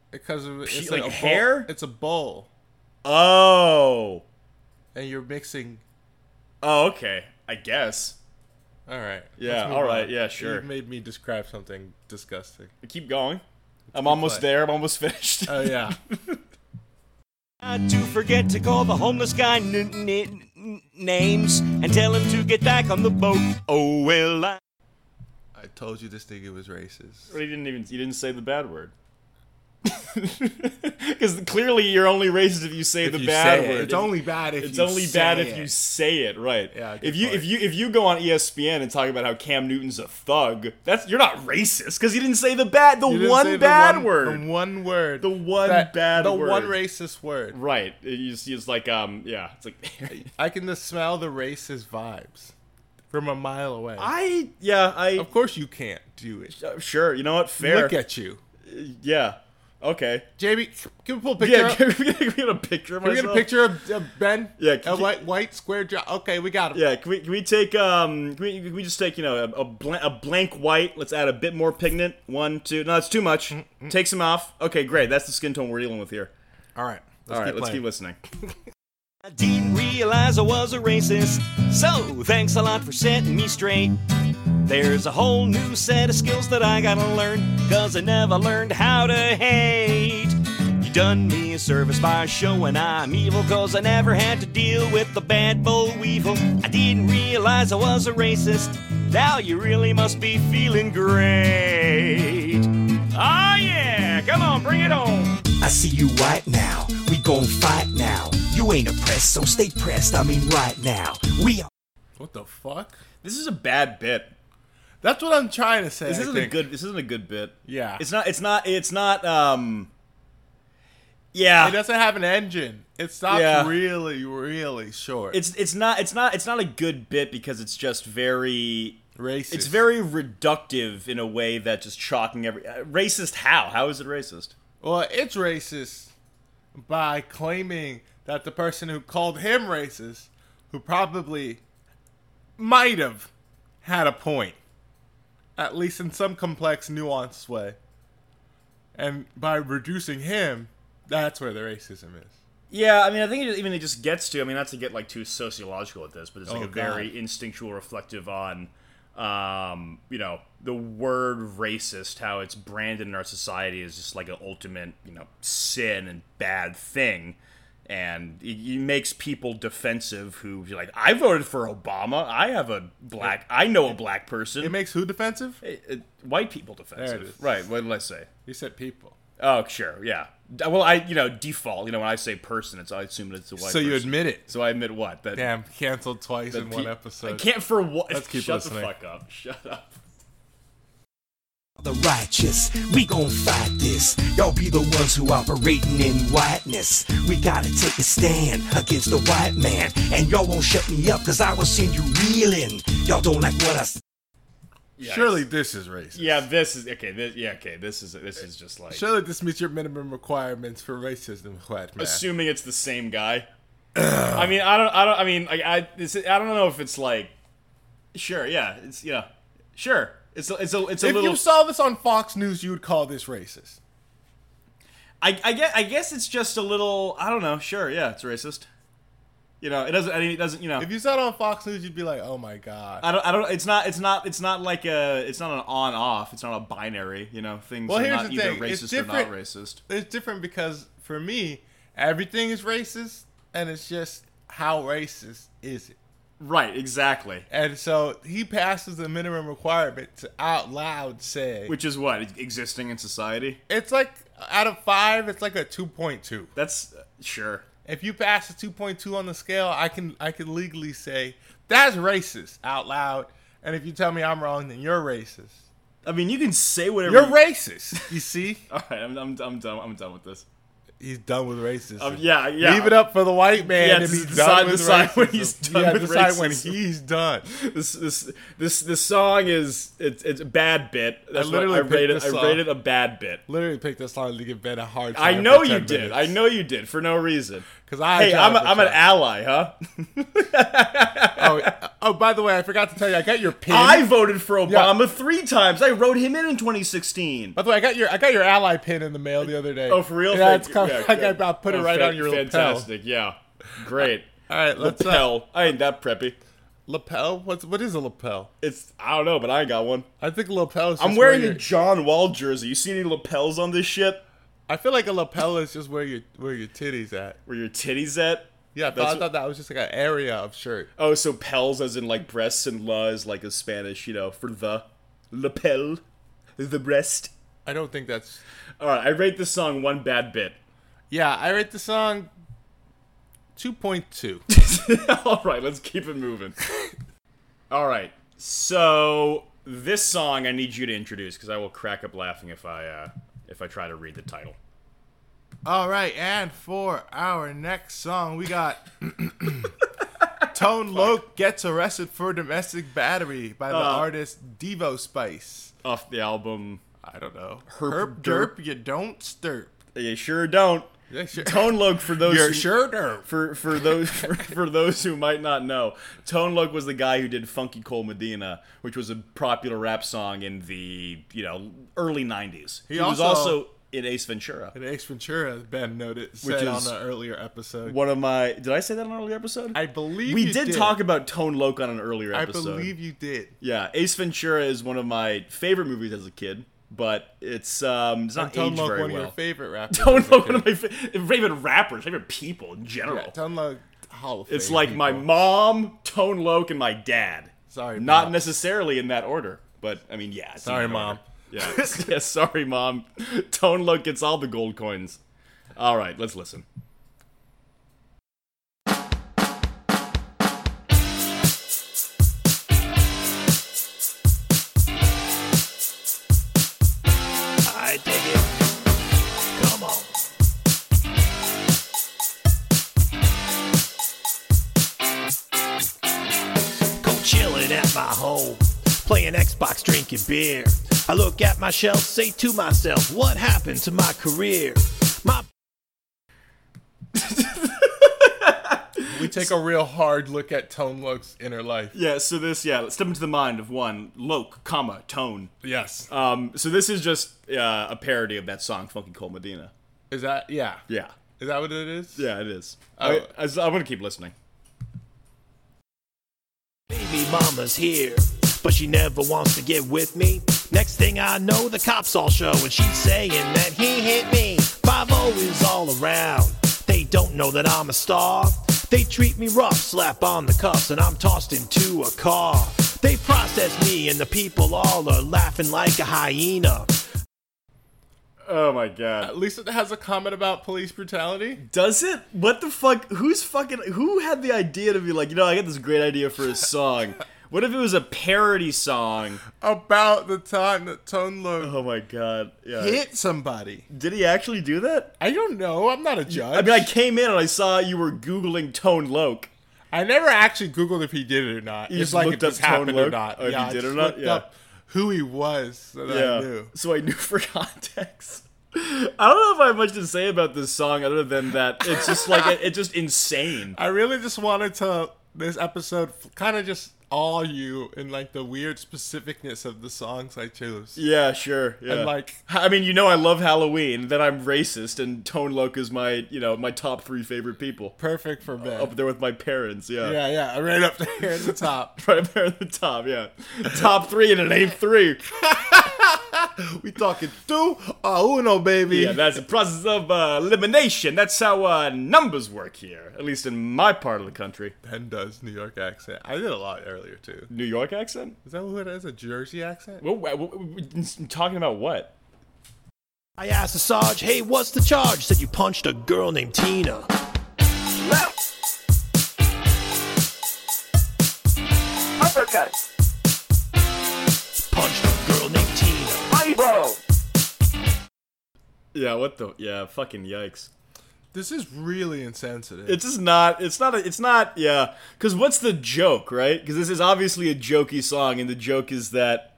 Speaker 2: because of it's
Speaker 1: like
Speaker 2: a bowl-
Speaker 1: hair?
Speaker 2: It's a bowl,
Speaker 1: Oh.
Speaker 2: and you're mixing.
Speaker 1: Oh, okay. I guess.
Speaker 2: All right.
Speaker 1: Yeah,
Speaker 2: let's move
Speaker 1: all right,
Speaker 2: on.
Speaker 1: yeah, sure.
Speaker 2: You made me describe something disgusting.
Speaker 1: Keep going. I'm almost
Speaker 2: going.
Speaker 1: there. I'm almost finished.
Speaker 2: Oh yeah.
Speaker 4: Not to forget to call the homeless guy n- n- n- names and tell him to get back on the boat. Oh, well, I.
Speaker 2: I told you this nigga was racist.
Speaker 1: But he didn't even. You didn't say the bad word. Because clearly you're only racist if you say the
Speaker 2: you
Speaker 1: bad
Speaker 2: say it.
Speaker 1: word.
Speaker 2: It's only bad if
Speaker 1: it's
Speaker 2: you
Speaker 1: only
Speaker 2: say
Speaker 1: bad if
Speaker 2: it.
Speaker 1: you say it right.
Speaker 2: Yeah, good
Speaker 1: If you
Speaker 2: point.
Speaker 1: if you if you go on E ESPN and talk about how Cam Newton's a thug, that's you're not racist because you didn't say the bad the
Speaker 2: You didn't say
Speaker 1: one
Speaker 2: the
Speaker 1: bad
Speaker 2: one-
Speaker 1: word.
Speaker 2: The one word.
Speaker 1: The one bad
Speaker 2: the
Speaker 1: word.
Speaker 2: one racist word.
Speaker 1: right. It- You see, it's like um yeah. It's like
Speaker 2: I can just smell the racist vibes from a mile away.
Speaker 1: I yeah I
Speaker 2: of course you can't do it.
Speaker 1: uh, sure you know what fair
Speaker 2: Look at you.
Speaker 1: yeah okay
Speaker 2: JB, can we pull a picture?
Speaker 1: yeah
Speaker 2: up?
Speaker 1: can we get a picture of
Speaker 2: Can we get a
Speaker 1: myself?
Speaker 2: picture of, of Ben?
Speaker 1: Yeah, can
Speaker 2: a
Speaker 1: you-
Speaker 2: white white square jaw. Okay, we got him.
Speaker 1: Yeah, can we, can we take um can we, can we just take you know a, a, blank, a blank white? Let's add a bit more pigment. One, two. No, it's too much.
Speaker 2: Mm-hmm.
Speaker 1: Take some off. Okay, great. That's the skin tone we're dealing with here.
Speaker 2: All right.
Speaker 1: All right, let's
Speaker 2: playing.
Speaker 1: keep listening.
Speaker 4: I didn't realize I was a racist, so thanks a lot for setting me straight. There's a whole new set of skills that I gotta learn, cause I never learned how to hate. You done me a service by showing I'm evil, cause I never had to deal with the bad bold weevil. I didn't realize I was a racist, now you really must be feeling great. Ah,
Speaker 1: Oh,
Speaker 4: yeah, come on, bring it on.
Speaker 5: I see you right now. We gon' fight now. You ain't oppressed, so stay pressed. I mean, right now. We are.
Speaker 2: What the fuck?
Speaker 1: This is a bad bit.
Speaker 2: That's what I'm trying to say.
Speaker 1: This
Speaker 2: I
Speaker 1: isn't a
Speaker 2: think.
Speaker 1: good. This isn't a good bit.
Speaker 2: Yeah.
Speaker 1: It's not. It's not. It's not. Um. Yeah.
Speaker 2: It doesn't have an engine. It stops
Speaker 1: Yeah.
Speaker 2: really, really short.
Speaker 1: it's it's not it's not it's not a good bit because it's just very
Speaker 2: racist.
Speaker 1: it's very reductive in a way that just chalking every uh, racist how how is it racist
Speaker 2: well. It's racist by claiming that the person who called him racist, who probably might have had a point, at least in some complex, nuanced way, and by reducing him, that's where the racism is.
Speaker 1: Yeah, I mean, I think it even it just gets to. I mean, not to get like too sociological at this, but it's like
Speaker 2: Oh,
Speaker 1: a very instinctual reflective on, um, you know, the word racist, how it's branded in our society as just like an ultimate, you know, sin and bad thing, and it, it makes people defensive who be like, I voted for Obama. I have a black. I know a black person.
Speaker 2: It makes who defensive?
Speaker 1: It- it- white people defensive,
Speaker 2: is.
Speaker 1: right? What did I say?
Speaker 2: You said people.
Speaker 1: Oh, sure, yeah. D- Well, I you know default. You know when I say person, it's I assume that it's a white.
Speaker 2: so you
Speaker 1: person.
Speaker 2: admit it.
Speaker 1: So I admit what that.
Speaker 2: Damn, canceled twice in
Speaker 1: pe-
Speaker 2: one episode.
Speaker 1: I can't for what.
Speaker 2: Let's keep
Speaker 1: Shut
Speaker 2: listening.
Speaker 1: the fuck up. Shut up.
Speaker 5: The righteous, we gon' fight this. Y'all be the ones who operating in whiteness. We gotta take a stand against the white man. And y'all won't shut me up, cause I will send you reeling. Y'all don't like what I s-
Speaker 1: Yikes.
Speaker 2: Surely this is racist.
Speaker 1: Yeah, this is okay. This, yeah, okay. This is this is just like
Speaker 2: Surely this meets your minimum requirements for racism, white man.
Speaker 1: assuming it's the same guy. I mean, I don't. I don't. I mean, like, I. This, I don't know if it's like. Sure. Yeah. It's yeah. Sure. It's a. It's a. It's a
Speaker 2: if
Speaker 1: little.
Speaker 2: you saw this on Fox News, you would call this racist.
Speaker 1: I, I guess. I guess it's just a little. I don't know. Sure. Yeah. It's racist. You know. It doesn't. I mean, it doesn't. You know.
Speaker 2: If you saw it on Fox News, you'd be like, "Oh my god."
Speaker 1: I don't, I don't. It's not. It's not. It's not like a. It's not an on-off. It's not a binary. You know, things
Speaker 2: Well,
Speaker 1: are
Speaker 2: here's
Speaker 1: not
Speaker 2: the
Speaker 1: either
Speaker 2: thing, it's
Speaker 1: racist or not
Speaker 2: different-
Speaker 1: racist.
Speaker 2: it's different because for me, everything is racist, and it's just how racist is it?
Speaker 1: Right. Exactly.
Speaker 2: And so he passes the minimum requirement to out loud say,
Speaker 1: Which is what existing in society.
Speaker 2: "It's like out of five, it's like a two point two.
Speaker 1: That's sure.
Speaker 2: If you pass a two point two on the scale, I can I can legally say that's racist out loud. And if you tell me I'm wrong, then you're racist.
Speaker 1: I mean, you can say whatever.
Speaker 2: You're
Speaker 1: you-
Speaker 2: racist. You see,
Speaker 1: All right, I'm, I'm, I'm done. I'm done with this.
Speaker 2: he's done with racism.
Speaker 1: Um, yeah, yeah.
Speaker 2: Leave it up for the white man
Speaker 1: Yeah,
Speaker 2: to be
Speaker 1: to decide-
Speaker 2: done with
Speaker 1: decide
Speaker 2: racism.
Speaker 1: when he's done
Speaker 2: yeah,
Speaker 1: with
Speaker 2: decide when
Speaker 1: racism.
Speaker 2: he's done.
Speaker 1: This this this this song is it's it's a bad bit. That's what
Speaker 2: literally
Speaker 1: I
Speaker 2: picked
Speaker 1: rated.
Speaker 2: this
Speaker 1: I
Speaker 2: song.
Speaker 1: rated a bad bit.
Speaker 2: Literally picked this song to give Ben a hard
Speaker 1: I
Speaker 2: time.
Speaker 1: know you did. I know you did for no reason.
Speaker 2: Because I
Speaker 1: Hey, I'm, a,
Speaker 2: tried to
Speaker 1: I'm an
Speaker 2: try.
Speaker 1: ally, huh?
Speaker 2: oh, oh, by the way, I forgot to tell you, I got your pin.
Speaker 1: I voted for Obama three times. I wrote him in in 2016.
Speaker 2: by the way, I got your I got your ally pin in the mail the other day.
Speaker 1: Oh, for real?
Speaker 2: Yeah,
Speaker 1: Thank
Speaker 2: it's
Speaker 1: you.
Speaker 2: come,
Speaker 1: Yeah,
Speaker 2: I,
Speaker 1: good.
Speaker 2: got, I put it
Speaker 1: Oh,
Speaker 2: right
Speaker 1: fa-
Speaker 2: on your lapel.
Speaker 1: Fantastic, yeah. Great.
Speaker 2: All right, let's uh,
Speaker 1: lapel. I ain't that preppy.
Speaker 2: lapel. What's what is a lapel?
Speaker 1: It's I don't know, but I ain't got one.
Speaker 2: I think lapel. Is
Speaker 1: I'm
Speaker 2: just
Speaker 1: wearing
Speaker 2: where
Speaker 1: a
Speaker 2: your-
Speaker 1: John Wall jersey. You see any lapels on this shit?
Speaker 2: I feel like a lapel is just where your where your titties at.
Speaker 1: Where your titties at?
Speaker 2: Yeah, I thought,
Speaker 1: That's
Speaker 2: I thought that was just like an area of shirt.
Speaker 1: Oh, so pels as in like breasts and la is like a Spanish, you know, for the lapel, the breast.
Speaker 2: I don't think that's.
Speaker 1: All right, I rate this song one bad bit.
Speaker 2: Yeah, I rate the song. Two point two.
Speaker 1: All right, let's keep it moving. All right, so this song I need you to introduce because I will crack up laughing if I uh, if I try to read the title.
Speaker 2: All right, and for our next song, we got Tone Loc gets arrested for domestic battery by the artist Devo Spice.
Speaker 1: Off the album,
Speaker 2: I don't know.
Speaker 1: Herp
Speaker 2: Herp, derp, you don't stirp.
Speaker 1: you sure don't.
Speaker 2: Yeah, sure.
Speaker 1: Tone Loc for those
Speaker 2: You're
Speaker 1: who-
Speaker 2: sure derp.
Speaker 1: for for those for, for those who might not know, Tone Loc was the guy who did Funky Cole Medina, which was a popular rap song in the you know early '90s. He, was
Speaker 2: also-
Speaker 1: also in Ace Ventura.
Speaker 2: And Ace Ventura, Ben noted, said
Speaker 1: Which is-
Speaker 2: on an earlier episode.
Speaker 1: One of my did I say that on an earlier episode?
Speaker 2: I believe
Speaker 1: we
Speaker 2: you
Speaker 1: did,
Speaker 2: did.
Speaker 1: talk about Tone Loc on an earlier
Speaker 2: I
Speaker 1: episode.
Speaker 2: believe you did.
Speaker 1: Yeah, Ace Ventura is one of my favorite movies as a kid, but it's um it's not
Speaker 2: Tone
Speaker 1: aged
Speaker 2: Loc,
Speaker 1: very
Speaker 2: one
Speaker 1: well.
Speaker 2: of your favorite rappers.
Speaker 1: Tone
Speaker 2: as a
Speaker 1: Loc,
Speaker 2: kid.
Speaker 1: one of my fa- favorite rappers, favorite people in general.
Speaker 2: Yeah, Tone Loc, Hall of
Speaker 1: It's
Speaker 2: Fame
Speaker 1: like my
Speaker 2: people.
Speaker 1: mom, Tone Loc, and my dad.
Speaker 2: Sorry,
Speaker 1: not
Speaker 2: Mom.
Speaker 1: necessarily in that order, but I mean, yeah. it's in
Speaker 2: Sorry,
Speaker 1: that
Speaker 2: Mom.
Speaker 1: order. Yeah, yeah. Sorry, mom. Tone Loc gets all the gold coins. All right, let's listen.
Speaker 5: I dig it. Come on. Go chillin' at my home, playing Xbox, drinking beer. I look at my shelf, say to myself, what happened to my career? My
Speaker 2: We take a real hard look at Tone Loc's inner life.
Speaker 1: Yeah. So this, yeah, let's step into the mind of one Loc, comma Tone.
Speaker 2: Yes.
Speaker 1: Um. So this is just uh, a parody of that song, Funky Cole Medina.
Speaker 2: Is that yeah?
Speaker 1: Yeah.
Speaker 2: Is that what it is?
Speaker 1: Yeah, it is. I,
Speaker 2: Oh.
Speaker 1: I, I'm gonna keep listening.
Speaker 5: Baby mama's here, but she never wants to get with me. Next thing I know, the cops all show, and she's saying that he hit me. 5 is all around. They don't know that I'm a star. They treat me rough, slap on the cuffs, and I'm tossed into a car. They process me, and the people all are laughing like a hyena.
Speaker 1: Oh my god.
Speaker 2: At least it has a comment about police brutality.
Speaker 1: Does it? What the fuck? Who's fucking? Who had the idea to be like, you know, I got this great idea for a song. what if it was a parody song?
Speaker 2: About the time that Tone Loc
Speaker 1: Oh my god! Yeah.
Speaker 2: hit somebody.
Speaker 1: Did he actually do that?
Speaker 2: I don't know. I'm not a
Speaker 1: I
Speaker 2: judge.
Speaker 1: mean, I came in and I saw you were googling Tone Loc.
Speaker 2: I never actually Googled if he did it or not.
Speaker 1: You
Speaker 2: it's
Speaker 1: just
Speaker 2: like
Speaker 1: looked
Speaker 2: it just
Speaker 1: up Tone
Speaker 2: happened or
Speaker 1: Loc,
Speaker 2: not.
Speaker 1: or if he
Speaker 2: I
Speaker 1: did or
Speaker 2: just
Speaker 1: not,
Speaker 2: looked
Speaker 1: yeah.
Speaker 2: up who he was so that I knew.
Speaker 1: So I knew for context. I don't know if I have much to say about this song other than that it's just like it, it's just insane.
Speaker 2: I really just wanted to this episode kind of just all you in like the weird specificness of the songs I chose.
Speaker 1: Yeah, sure. Yeah.
Speaker 2: And, like-
Speaker 1: I mean, you know, I love Halloween. Then I'm racist, and Tone Loc is my, you know, my top three favorite people.
Speaker 2: Perfect for Ben.
Speaker 1: up there with my parents. Yeah.
Speaker 2: yeah, yeah, right up there at the top.
Speaker 1: Right up there at the top, yeah. Top three and it ain't three.
Speaker 2: We talking two or uno, Oh, baby.
Speaker 1: Yeah, that's the process of uh, elimination. That's how uh, numbers work here, at least in my part of the country.
Speaker 2: Ben does New York accent. I did a lot earlier too.
Speaker 1: New York accent?
Speaker 2: Is that what it is? A Jersey accent?
Speaker 1: Well, wh- wh- wh- talking about what?
Speaker 6: I asked the Sarge, hey, what's the charge? Said you punched a girl named Tina.
Speaker 7: Uppercut.
Speaker 6: Punched a girl named Tina.
Speaker 7: High blow.
Speaker 1: Yeah, what the? Yeah, fucking yikes.
Speaker 2: This is really insensitive.
Speaker 1: It's just not. It's not. A, it's not. Yeah. Because what's the joke, right? Because this is obviously a jokey song, and the joke is that,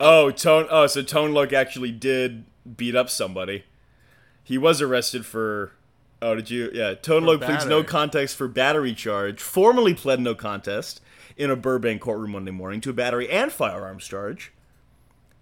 Speaker 1: oh, Tone. Oh, so Tone Loc actually did beat up somebody. He was arrested for. Oh, did you? Yeah. Tone Loc pleads no
Speaker 2: battery.
Speaker 1: contest for battery charge. Formally pled no contest in a Burbank courtroom Monday morning to a battery and firearms charge.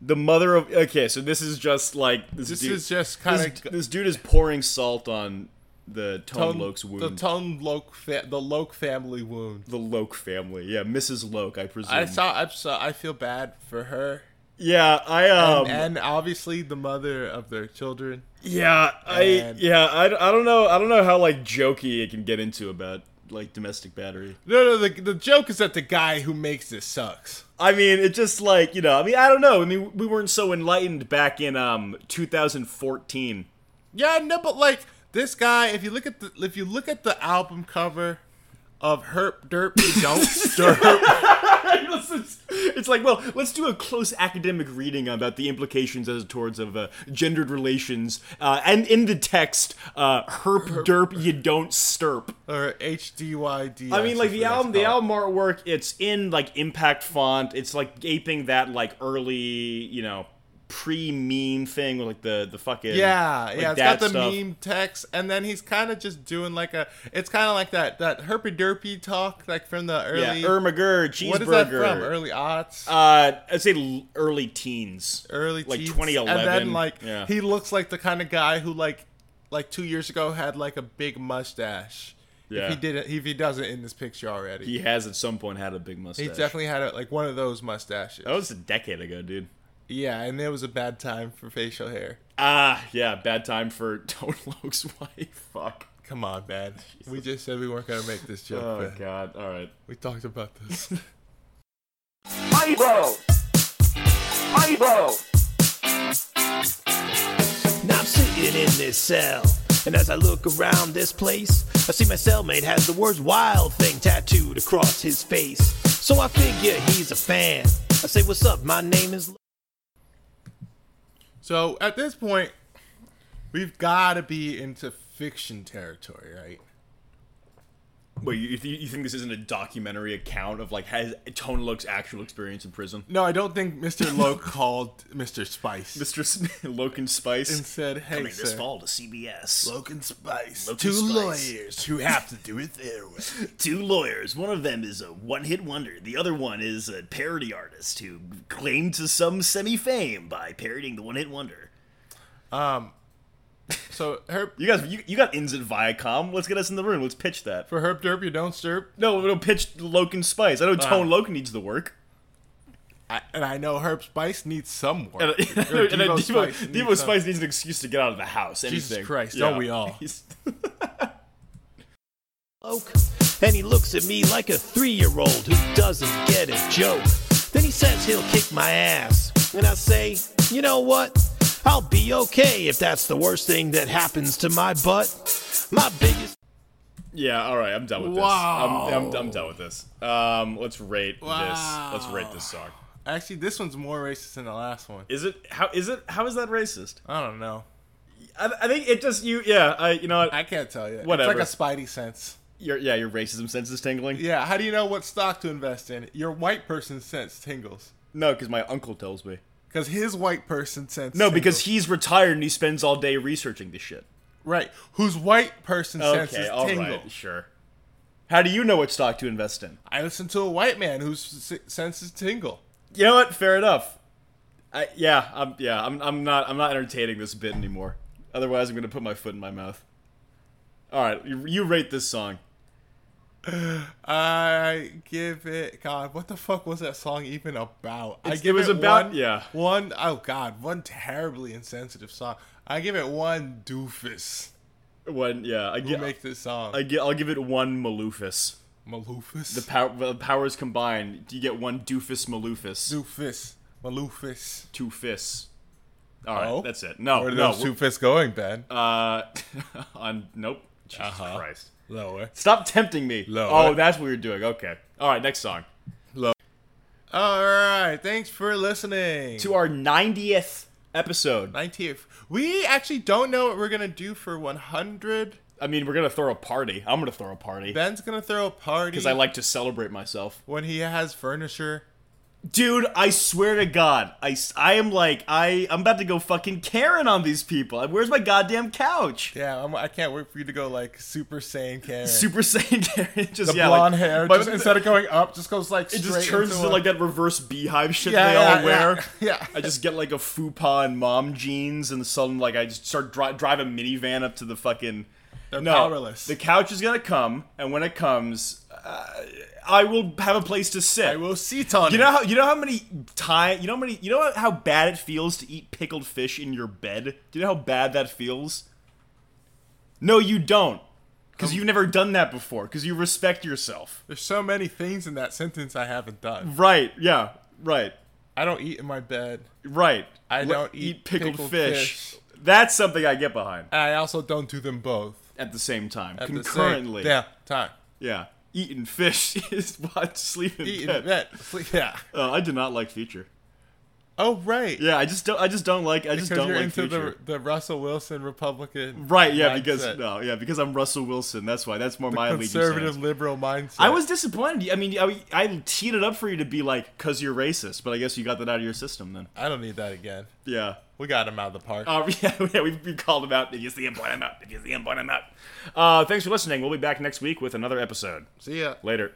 Speaker 1: The mother of okay, so this is just like this,
Speaker 2: This
Speaker 1: dude-
Speaker 2: is just
Speaker 1: this-
Speaker 2: kinda-
Speaker 1: this dude is pouring salt on the Tone,
Speaker 2: Tone-
Speaker 1: Loc's wound
Speaker 2: The Tone Loke, fa- the Loke family wound.
Speaker 1: the Loke family. Yeah, Mrs. Loke, I presume.
Speaker 2: I saw. I saw. I feel bad for her,
Speaker 1: Yeah, I um.
Speaker 2: and obviously the mother of their children.
Speaker 1: yeah, I
Speaker 2: and-
Speaker 1: yeah, I, I don't know. I don't know how like jokey it can get into about like domestic battery.
Speaker 2: No, no. The, the joke is that the guy who makes this sucks.
Speaker 1: I mean, it just like you know. I mean, I don't know. I mean, we weren't so enlightened back in um 2014.
Speaker 2: Yeah, no, but like this guy, if you look at the if you look at the album cover of Herp Derp Don't Stir,
Speaker 1: it's, it's like, well, let's do a close academic reading about the implications as towards of uh, gendered relations, uh, and in the text, uh, herp derp, you don't stirp.
Speaker 2: or H D Y D.
Speaker 1: I mean, like the album, the album artwork, it's in like impact font. It's like aping that like early, you know, pre meme thing with like the the fucking
Speaker 2: Yeah,
Speaker 1: like,
Speaker 2: yeah, it's
Speaker 1: that
Speaker 2: got the
Speaker 1: stuff.
Speaker 2: meme text, and then he's kind of just doing like a. It's kind of like that that herpy derpy talk, like from the
Speaker 1: Yeah,
Speaker 2: early.
Speaker 1: Ermager, cheeseburger.
Speaker 2: what is that from? Early aughts,
Speaker 1: Uh, I'd say l- early teens,
Speaker 2: early
Speaker 1: like
Speaker 2: teens.
Speaker 1: 2011.
Speaker 2: And then like
Speaker 1: yeah.
Speaker 2: he looks like the kind of guy who like like two years ago had like a big mustache.
Speaker 1: Yeah.
Speaker 2: If he did it, if he doesn't in this picture already,
Speaker 1: he has at some point had a Oh. big mustache.
Speaker 2: He definitely had a, like one of those mustaches.
Speaker 1: That was a decade ago, dude.
Speaker 2: Yeah, and it was a bad time for facial hair.
Speaker 1: Ah, yeah, bad time for Tone Loke's wife. Fuck.
Speaker 2: Come on, man. We just said we weren't gonna make this joke.
Speaker 1: Oh
Speaker 2: man.
Speaker 1: god. All right.
Speaker 2: We talked about this.
Speaker 7: High blow. High blow.
Speaker 6: Now I'm sitting in this cell. And as I look around this place, I see my cellmate has the words wild thing tattooed across his face. So I figure he's a fan. I say, what's up? My name is. L-"
Speaker 2: so at this point, we've gotta be into fiction territory, right?
Speaker 1: Wait, you, you you think this isn't a documentary account of like has Tone Loke's actual experience in prison?
Speaker 2: No, I don't think Mr. Lowe called Mr. Spice
Speaker 1: Mr. S- Loken Spice
Speaker 2: and said, "Hey,
Speaker 1: coming this
Speaker 2: sir,
Speaker 1: fall to CBS.
Speaker 2: Logan Spice,
Speaker 1: Logan
Speaker 2: two
Speaker 1: Spice.
Speaker 2: lawyers who have to do it their way."
Speaker 1: Two lawyers. One of them is a one-hit wonder. The other one is a parody artist who claimed to some semi-fame by parodying the one-hit wonder.
Speaker 2: So Herb
Speaker 1: You guys, you, you got ins at Viacom. Let's get us in the room. Let's pitch that.
Speaker 2: for Herb Derp, you don't stir.
Speaker 1: No, it'll pitch Loken Spice. I know Tone Loken needs the work.
Speaker 2: I, and I know Herb Spice needs some work.
Speaker 1: And, and,
Speaker 2: Or
Speaker 1: Devo, and Devo, Devo
Speaker 2: Spice
Speaker 1: Spice,
Speaker 2: needs some-
Speaker 1: needs an excuse to get out of the house.
Speaker 2: Jesus
Speaker 1: Anything.
Speaker 2: Christ, don't we all?
Speaker 1: He's-
Speaker 6: Loke. And he looks at me like a three year old who doesn't get a joke. Then he says he'll kick my ass. And I say, you know what? I'll be okay if that's the worst thing that happens to my butt. My biggest.
Speaker 1: Yeah, all right, I'm done with
Speaker 2: Wow.
Speaker 1: this. I'm, I'm, I'm done with this. Um, let's rate
Speaker 2: Wow.
Speaker 1: this. Let's rate this song.
Speaker 2: Actually, this one's more racist than the last one.
Speaker 1: Is it how is it how is that racist?
Speaker 2: I don't know.
Speaker 1: I, I think it just you yeah I you know what
Speaker 2: I can't tell you.
Speaker 1: Whatever.
Speaker 2: It's like a spidey sense.
Speaker 1: your yeah your racism sense is tingling.
Speaker 2: Yeah, how do you know what stock to invest in? Your white person sense tingles.
Speaker 1: No, because my uncle tells me.
Speaker 2: Because his white person sense.
Speaker 1: No, because
Speaker 2: tingles.
Speaker 1: he's retired and he spends all day researching this shit.
Speaker 2: Right. Whose white person sense
Speaker 1: Okay,
Speaker 2: is
Speaker 1: all right,
Speaker 2: tingle.
Speaker 1: sure. How do you know what stock to invest in?
Speaker 2: I listen to a white man whose se- sense is tingle.
Speaker 1: You know what? Fair enough. I, yeah, I'm yeah I'm I'm not I'm not entertaining this bit anymore. Otherwise, I'm gonna put my foot in my mouth. All right, you, you rate this song.
Speaker 2: I give it. God, what the fuck was that song even about? I
Speaker 1: It's- it
Speaker 2: give
Speaker 1: was about-
Speaker 2: One,
Speaker 1: yeah.
Speaker 2: One. Oh God. One terribly insensitive song. I give it one doofus.
Speaker 1: One, yeah, I
Speaker 2: Who
Speaker 1: get,
Speaker 2: makes this song?
Speaker 1: I get, I'll give it one Maloofus.
Speaker 2: Maloofus.
Speaker 1: The, pow- the powers combined, you get one Doofus Maloofus.
Speaker 2: Doofus. Maloofus.
Speaker 1: Two fists. All right,
Speaker 2: Oh?
Speaker 1: that's it. No,
Speaker 2: Where are
Speaker 1: no.
Speaker 2: those two fists going, Ben?
Speaker 1: we're- Uh, on nope. Jesus
Speaker 2: Uh-huh.
Speaker 1: Christ.
Speaker 2: Lower.
Speaker 1: Stop tempting me.
Speaker 2: Lower.
Speaker 1: Oh, that's what you're doing. Okay. All right, next song.
Speaker 2: All right. Thanks for listening.
Speaker 1: To our 90th episode.
Speaker 2: 19th. We actually don't know what we're going to do for 100.
Speaker 1: I mean, we're going to throw a party. I'm going to throw a party
Speaker 2: Ben's going to throw a party.
Speaker 1: because I like to celebrate myself.
Speaker 2: When he has furniture.
Speaker 1: Dude, I swear to God, I, s- I am like, I, I'm about to go fucking Karen on these people. Where's my goddamn couch?
Speaker 2: Yeah, I'm, I can't wait for you to go like Super Saiyan Karen.
Speaker 1: Super Saiyan Karen. Just,
Speaker 2: the
Speaker 1: yeah,
Speaker 2: blonde
Speaker 1: like,
Speaker 2: hair.
Speaker 1: my-
Speaker 2: Just, instead of going up, just goes like
Speaker 1: it
Speaker 2: straight
Speaker 1: just turns into
Speaker 2: a-
Speaker 1: like that reverse beehive shit
Speaker 2: Yeah,
Speaker 1: they
Speaker 2: yeah,
Speaker 1: all wear.
Speaker 2: yeah, yeah.
Speaker 1: I just get like a fupa and mom jeans, and suddenly like I just start dri- drive a minivan up to the fucking. They're
Speaker 2: powerless.
Speaker 1: The couch is gonna come, and when it comes, uh, I will have a place to sit.
Speaker 2: I will seat on
Speaker 1: You know how you know how many time you know how many you know how bad it feels to eat pickled fish in your bed. Do you know how bad that feels? No, you don't, because you've never done that before. Because you respect yourself.
Speaker 2: There's so many things in that sentence I haven't done.
Speaker 1: Right? Yeah. Right.
Speaker 2: I don't eat in my bed.
Speaker 1: Right.
Speaker 2: I
Speaker 1: Le-
Speaker 2: don't eat
Speaker 1: pickled,
Speaker 2: pickled
Speaker 1: fish.
Speaker 2: fish.
Speaker 1: That's something I get behind
Speaker 2: And I also don't do them both.
Speaker 1: at the same time,
Speaker 2: at the same-
Speaker 1: concurrently.
Speaker 2: yeah, time.
Speaker 1: yeah. Eating fish is what sleeping.
Speaker 2: Eat in
Speaker 1: bed.
Speaker 2: bed. Sleep- Yeah.
Speaker 1: Uh, I do not like Future.
Speaker 2: Oh right.
Speaker 1: Yeah, I just don't. I just don't like. I just
Speaker 2: Because
Speaker 1: don't
Speaker 2: you're
Speaker 1: like
Speaker 2: into
Speaker 1: Future.
Speaker 2: the, the Russell Wilson Republican.
Speaker 1: Right, yeah, because
Speaker 2: mindset.
Speaker 1: no, yeah, because I'm Russell Wilson. That's why. That's more my allegiance.
Speaker 2: conservative
Speaker 1: stands.
Speaker 2: liberal mindset.
Speaker 1: I was disappointed. I mean, I, I teed it up for you to be like, "Cause you're racist," but I guess you got that out of your system then.
Speaker 2: I don't need that again.
Speaker 1: Yeah.
Speaker 2: We got him out of the park.
Speaker 1: Uh, yeah, yeah, we, we called him out. If you see him, point him out. If you see him, point him out. Uh, thanks for listening. We'll be back next week with another episode.
Speaker 2: See ya.
Speaker 1: Later.